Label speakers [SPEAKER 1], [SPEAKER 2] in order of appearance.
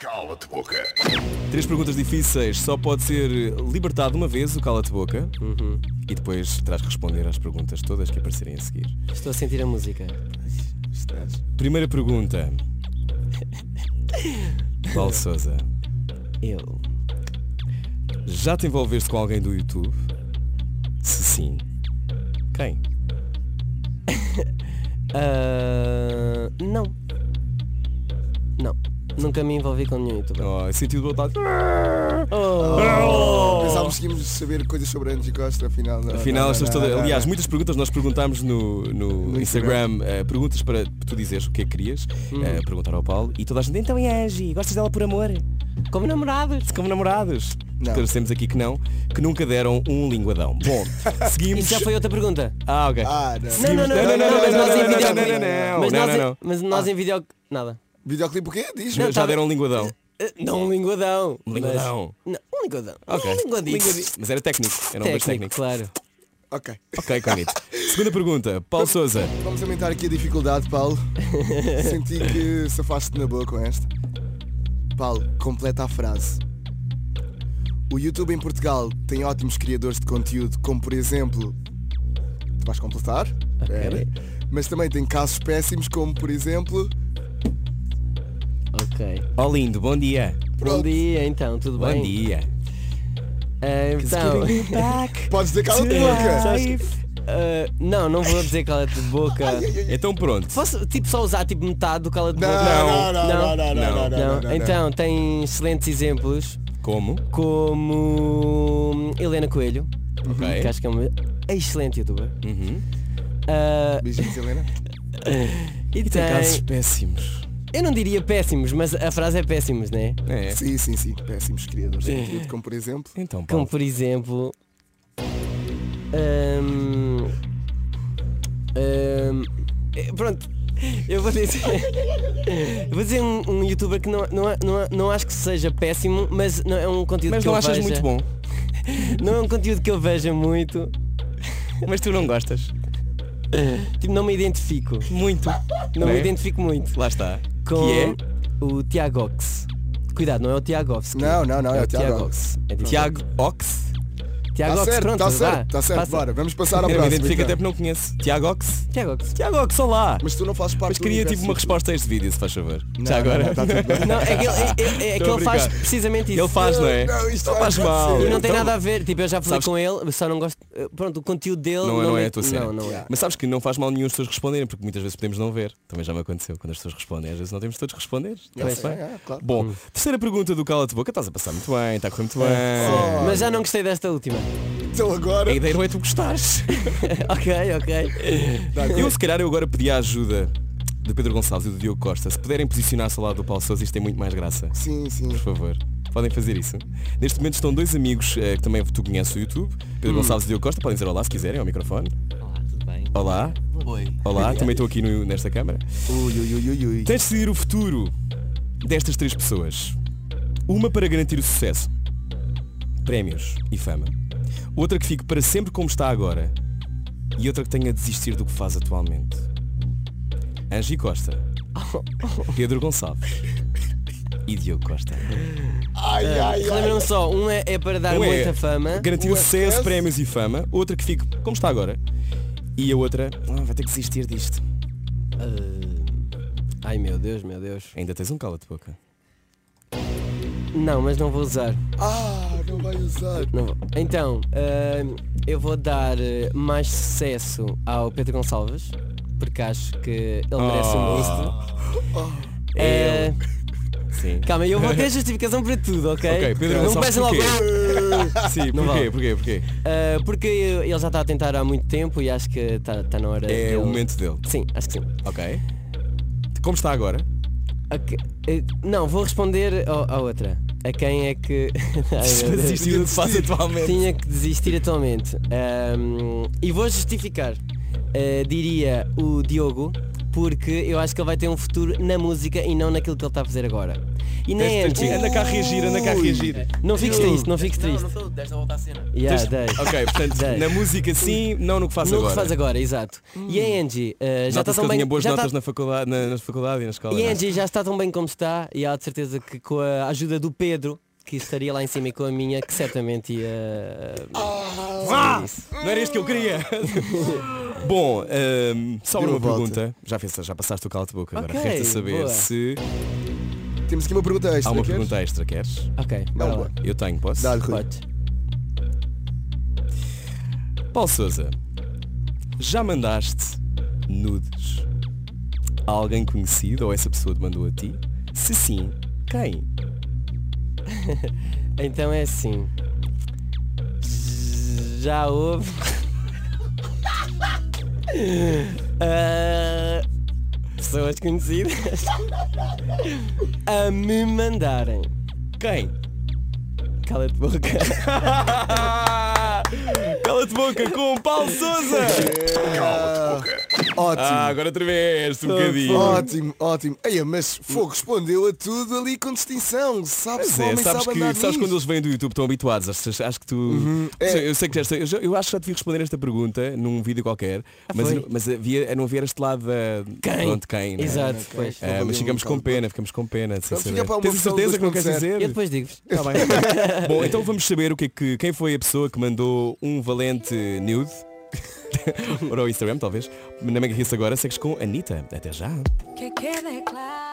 [SPEAKER 1] Cala-te boca.
[SPEAKER 2] Três perguntas difíceis. Só pode ser libertado uma vez o cala-te-boca.
[SPEAKER 3] Uhum.
[SPEAKER 2] E depois terás que responder às perguntas todas que aparecerem a seguir.
[SPEAKER 3] Estou a sentir a música.
[SPEAKER 2] Primeira pergunta. Paulo Souza.
[SPEAKER 3] Eu.
[SPEAKER 2] Já te envolveste com alguém do YouTube? Se sim. Quem?
[SPEAKER 3] Ah, não. Não. Nunca me envolvi com nenhum youtuber.
[SPEAKER 2] Oh, sentido do outro lado.
[SPEAKER 3] Oh.
[SPEAKER 4] Pensávamos que íamos saber coisas sobre Andy Costa, afinal não.
[SPEAKER 2] Afinal,
[SPEAKER 4] não,
[SPEAKER 2] estamos
[SPEAKER 4] não,
[SPEAKER 2] todas-
[SPEAKER 4] não,
[SPEAKER 2] Aliás,
[SPEAKER 4] não.
[SPEAKER 2] muitas perguntas nós perguntámos no, no Instagram, eh, perguntas para tu dizeres o que é que querias,
[SPEAKER 4] Hum.
[SPEAKER 2] eh, perguntar ao Paulo, e toda a gente, então e a Angie, gostas dela por amor?
[SPEAKER 3] Como namorados.
[SPEAKER 2] Como namorados?
[SPEAKER 4] Não.
[SPEAKER 2] Torcemos aqui que não, que nunca deram um linguadão. Bom, seguimos.
[SPEAKER 3] Isso já foi outra pergunta.
[SPEAKER 2] Ah, ok.
[SPEAKER 4] Ah, não.
[SPEAKER 3] Não, não, não, não, não, não, mas nós em videoclipe-
[SPEAKER 4] não, não, não,
[SPEAKER 3] mas
[SPEAKER 2] não,
[SPEAKER 3] nós em-
[SPEAKER 2] não, não.
[SPEAKER 3] Mas nós em videoclipe. Nada.
[SPEAKER 4] Videoclipe o quê? Diz-me.
[SPEAKER 3] Não,
[SPEAKER 2] já
[SPEAKER 3] tá-
[SPEAKER 2] deram um linguadão.
[SPEAKER 3] Eh, Não um linguadão.
[SPEAKER 2] Um linguadão.
[SPEAKER 3] mas- Não, um linguadão.
[SPEAKER 2] Ok.
[SPEAKER 3] Um linguadinho.
[SPEAKER 2] Linguadi- Mas era técnico, era um dois
[SPEAKER 3] Técnico,
[SPEAKER 2] técnicos.
[SPEAKER 3] claro.
[SPEAKER 4] Ok.
[SPEAKER 2] Ok, Conito. Segunda pergunta, Paulo Souza.
[SPEAKER 4] Vamos aumentar aqui a dificuldade, Paulo. Senti que safaste na boa com esta. Paulo, completa a frase. O YouTube em Portugal tem ótimos criadores de conteúdo, como por exemplo. Tu vais completar? Espera. Mas também tem casos péssimos, como por exemplo.
[SPEAKER 3] Ok.
[SPEAKER 2] Ó lindo, bom dia.
[SPEAKER 3] Bom dia então, tudo
[SPEAKER 2] Bom
[SPEAKER 3] bem?
[SPEAKER 2] dia.
[SPEAKER 3] Eh, então,
[SPEAKER 4] Podes dizer cala de boca!
[SPEAKER 3] eh, não, não vou dizer cala de boca.
[SPEAKER 2] Então pronto.
[SPEAKER 3] Posso tipo só usar tipo metade do cala de boca?
[SPEAKER 4] Não, não, não, não, não, não, não, não, não.
[SPEAKER 3] Então, tem excelentes exemplos
[SPEAKER 2] Como?
[SPEAKER 3] como hum, Helena Coelho,
[SPEAKER 2] Ok.
[SPEAKER 3] que acho que é uma excelente youtuber.
[SPEAKER 2] Uhum.
[SPEAKER 3] Ah,
[SPEAKER 4] Beijinhos, Helena.
[SPEAKER 3] e
[SPEAKER 2] Tem casos
[SPEAKER 3] tem,
[SPEAKER 2] péssimos.
[SPEAKER 3] eu não diria péssimos, mas a frase é péssimos, né?
[SPEAKER 2] É.
[SPEAKER 4] Sim, sim, sim. Péssimos criadores de conteúdo, como por exemplo.
[SPEAKER 2] Então, Paulo.
[SPEAKER 3] Como por exemplo. hum, hum, eh, pronto, eu vou dizer. eu vou dizer um, um youtuber que não, não, não, não acho que seja péssimo, mas não é um conteúdo
[SPEAKER 2] Mas
[SPEAKER 3] que
[SPEAKER 2] não
[SPEAKER 3] eu
[SPEAKER 2] achas
[SPEAKER 3] veja.
[SPEAKER 2] muito bom.
[SPEAKER 3] Não é um conteúdo que eu veja muito.
[SPEAKER 2] Mas tu não gostas.
[SPEAKER 3] Tipo, não me identifico.
[SPEAKER 2] Muito.
[SPEAKER 3] Não
[SPEAKER 2] Né?
[SPEAKER 3] me identifico muito.
[SPEAKER 2] Lá está.
[SPEAKER 3] Com
[SPEAKER 2] Que é?
[SPEAKER 3] o Tiagox. Cuidado, não é o Tiagovski.
[SPEAKER 4] Não, não, não, é o Tiago.
[SPEAKER 3] Tiagox. É
[SPEAKER 2] é
[SPEAKER 3] diferente.
[SPEAKER 2] Tiago Ox. É
[SPEAKER 4] Está
[SPEAKER 3] Tiagox,
[SPEAKER 4] Tá certo,
[SPEAKER 3] pronto,
[SPEAKER 4] está
[SPEAKER 3] vá,
[SPEAKER 4] certo, está certo.
[SPEAKER 3] passa.
[SPEAKER 4] Bora, vamos passar ao
[SPEAKER 2] Eu me
[SPEAKER 4] próximo.
[SPEAKER 2] identifico até
[SPEAKER 4] então.
[SPEAKER 2] porque não conheço. Tiago Ox.
[SPEAKER 3] Tiagox.
[SPEAKER 2] Tiago Ox, olá.
[SPEAKER 4] Mas tu não fazes parte
[SPEAKER 2] Mas
[SPEAKER 4] do
[SPEAKER 2] queria
[SPEAKER 4] universo
[SPEAKER 2] tipo uma
[SPEAKER 4] YouTube.
[SPEAKER 2] resposta a este vídeo, se faz favor.
[SPEAKER 4] Não,
[SPEAKER 2] Já
[SPEAKER 4] não,
[SPEAKER 2] agora.
[SPEAKER 4] não, tá tudo bem.
[SPEAKER 3] Não, é que, ele, é- é- é que
[SPEAKER 2] Estou a
[SPEAKER 3] ele faz
[SPEAKER 2] brincar.
[SPEAKER 3] precisamente isso.
[SPEAKER 2] Ele faz, não é?
[SPEAKER 4] Não, isto
[SPEAKER 2] Não
[SPEAKER 4] vai
[SPEAKER 2] faz mal.
[SPEAKER 4] acontecer.
[SPEAKER 3] E não tem
[SPEAKER 2] Então-
[SPEAKER 3] nada a ver, tipo, eu já falei
[SPEAKER 2] Sabes-
[SPEAKER 3] com ele, eu só não gosto. eh, Pronto, o conteúdo dele.
[SPEAKER 2] Não, é- não
[SPEAKER 3] me-
[SPEAKER 2] é a tua cena.
[SPEAKER 3] Não, não é.
[SPEAKER 2] Mas sabes que não faz mal nenhum as pessoas responderem, porque muitas vezes podemos não ver. Também já me aconteceu quando as pessoas respondem. Às vezes não temos todos que responder. Está-se
[SPEAKER 4] sei,
[SPEAKER 2] bem?
[SPEAKER 4] é, claro.
[SPEAKER 2] Bom,
[SPEAKER 3] Hum.
[SPEAKER 2] terceira pergunta do Cala de Boca. Estás a passar muito bem, está a correr muito bem.
[SPEAKER 3] É, Mas já não gostei desta última.
[SPEAKER 4] Então agora.
[SPEAKER 2] A ideia não é tu gostares.
[SPEAKER 3] ok, ok.
[SPEAKER 2] Eu se calhar eu agora pedi a ajuda do Pedro Gonçalves e do Diogo Costa. Se puderem posicionar-se ao lado do Paulo Sousa, isto tem muito mais graça.
[SPEAKER 4] Sim, sim.
[SPEAKER 2] Por favor. Podem fazer isso. Neste momento estão dois amigos eh, que também tu conheces o YouTube, Pedro Gonçalves e Diogo Costa, podem dizer olá se quiserem ao microfone.
[SPEAKER 5] Hum. Olá, tudo bem?
[SPEAKER 2] Olá.
[SPEAKER 5] Oi.
[SPEAKER 2] Olá, também estou aqui no- nesta câmara.
[SPEAKER 4] Ui, ui, ui, ui, ui.
[SPEAKER 2] Tens de decidir o futuro destas três pessoas. Uma para garantir o sucesso, prémios e fama. Outra que fique para sempre como está agora. E outra que tenha de desistir do que faz atualmente. Angie Costa, Pedro Gonçalves e Diogo Costa.
[SPEAKER 4] Ai, ai, ai.
[SPEAKER 3] Relembram só, um é, é para dar
[SPEAKER 2] Um é
[SPEAKER 3] muita fama.
[SPEAKER 2] Garantir o
[SPEAKER 4] Ué,
[SPEAKER 2] sucesso,
[SPEAKER 4] sucesso.
[SPEAKER 2] prémios e fama. Outra que fique como está agora. E a outra, "Ah, vai ter que desistir disto.
[SPEAKER 3] Ah, Ai meu Deus, meu Deus.
[SPEAKER 2] Ainda tens um cala de boca.
[SPEAKER 3] Não, mas não vou usar.
[SPEAKER 4] Ah, não vai usar.
[SPEAKER 3] Não vou. Então, ahm, eu vou dar eh, mais sucesso ao Pedro Gonçalves, porque acho que ele merece
[SPEAKER 2] Oh.
[SPEAKER 3] um boost. Eh,
[SPEAKER 2] Sim.
[SPEAKER 3] calma, eu vou ter justificação para tudo, ok?
[SPEAKER 2] Ok, Pedro
[SPEAKER 3] não me
[SPEAKER 2] Gonçalves,
[SPEAKER 3] peçam logo.
[SPEAKER 2] Sim,
[SPEAKER 3] Não
[SPEAKER 2] porquê?
[SPEAKER 3] vale.
[SPEAKER 2] Porquê? Porquê?
[SPEAKER 3] Ah, porque ele já está a tentar há muito tempo e acho que está está na hora.
[SPEAKER 2] É
[SPEAKER 3] dele-
[SPEAKER 2] o momento dele.
[SPEAKER 3] Sim, acho que sim.
[SPEAKER 2] Ok. Como está agora?
[SPEAKER 3] A que- eh, não, vou responder ao- à outra. A quem é que. Ai, meu Deus.
[SPEAKER 2] Desistiu do que faz atualmente.
[SPEAKER 3] Tinha que desistir Ah, atualmente. Ahm, e vou justificar. Eh, diria ah, o Diogo, porque eu acho que ele vai ter um futuro na música e não naquilo que ele está a fazer agora. E nem
[SPEAKER 2] Tens de-
[SPEAKER 3] antes.
[SPEAKER 2] Anda cá a reagir, anda cá a reagir.
[SPEAKER 3] Não fiques triste, não fiques triste.
[SPEAKER 1] Não, não estou, desta volta à cena.
[SPEAKER 3] Yeah,
[SPEAKER 2] Tens-
[SPEAKER 3] dei.
[SPEAKER 2] Ok, portanto,
[SPEAKER 3] Dei.
[SPEAKER 2] na música sim, não no que faço
[SPEAKER 3] No
[SPEAKER 2] agora.
[SPEAKER 3] que faz agora, exato.
[SPEAKER 4] Hum.
[SPEAKER 3] E a Angie eh, já está
[SPEAKER 2] Nota-se que
[SPEAKER 3] tão
[SPEAKER 2] eu
[SPEAKER 3] bem.
[SPEAKER 2] tinha boas
[SPEAKER 3] já
[SPEAKER 2] notas
[SPEAKER 3] está-
[SPEAKER 2] na, faculdade, na, na faculdade e na escola.
[SPEAKER 3] E
[SPEAKER 2] não
[SPEAKER 3] a
[SPEAKER 2] é?
[SPEAKER 3] Angie já está tão bem como está e há de certeza que com a ajuda do Pedro, que estaria lá em cima e com a minha, que certamente ia. eh,
[SPEAKER 2] Vá! Não era isto que eu queria. Bom, ahm, só
[SPEAKER 4] Deu
[SPEAKER 2] uma
[SPEAKER 4] a volta.
[SPEAKER 2] pergunta. Já, fez, já passaste o calo de boca, agora
[SPEAKER 3] Ok,
[SPEAKER 2] resta saber
[SPEAKER 3] boa.
[SPEAKER 2] se
[SPEAKER 4] Temos aqui uma pergunta extra.
[SPEAKER 2] há uma
[SPEAKER 4] é queres?
[SPEAKER 2] pergunta extra, queres?
[SPEAKER 3] Ok,
[SPEAKER 4] Não,
[SPEAKER 3] bora lá.
[SPEAKER 4] É boa.
[SPEAKER 2] Eu tenho, posso?
[SPEAKER 4] Dá-lhe, Rui.
[SPEAKER 3] Pode.
[SPEAKER 2] Paulo Souza, já mandaste nudes a alguém conhecido ou essa pessoa te mandou a ti? Se sim, quem?
[SPEAKER 3] Então é assim. Já houve. Ah, pessoas conhecidas a me mandarem.
[SPEAKER 2] Quem?
[SPEAKER 3] Cala-te boca.
[SPEAKER 2] Cala-te boca com o Paulo Souza!
[SPEAKER 4] Ótimo.
[SPEAKER 2] Ah, agora tremeste um bocadinho.
[SPEAKER 4] Ótimo, ótimo. Eia, mas Fogo respondeu a tudo ali com distinção. Sabes
[SPEAKER 2] Pois
[SPEAKER 4] se o
[SPEAKER 2] é,
[SPEAKER 4] homem
[SPEAKER 2] sabes
[SPEAKER 4] sabe
[SPEAKER 2] que
[SPEAKER 4] andar
[SPEAKER 2] sabes
[SPEAKER 4] nisto.
[SPEAKER 2] quando eles vêm do YouTube estão habituados. Acho, acho que tu.
[SPEAKER 4] É.
[SPEAKER 2] Eu sei que esta, eu, já- eu acho que já te vi responder esta pergunta num vídeo qualquer, mas,
[SPEAKER 3] Ah, foi?
[SPEAKER 2] eu não- mas havia, eu não havia este lado da
[SPEAKER 3] Quem?
[SPEAKER 2] pronto, quem né?
[SPEAKER 3] Exato,
[SPEAKER 4] Ok.
[SPEAKER 3] pois.
[SPEAKER 2] Ah, mas ficamos com pena, ficamos com pena. de sem
[SPEAKER 4] Então fica
[SPEAKER 2] saber.
[SPEAKER 4] para uma
[SPEAKER 2] Tens a
[SPEAKER 4] versão
[SPEAKER 2] certeza que não queres
[SPEAKER 4] 2.0.
[SPEAKER 2] dizer?
[SPEAKER 3] Eu depois digo-vos.
[SPEAKER 2] Tá bem. Bom, então vamos saber o que é que, quem foi a pessoa que mandou um valente nude para o Instagram, talvez. Na Mega Hits agora, segues com Anitta. Até já.
[SPEAKER 5] Que quede claro.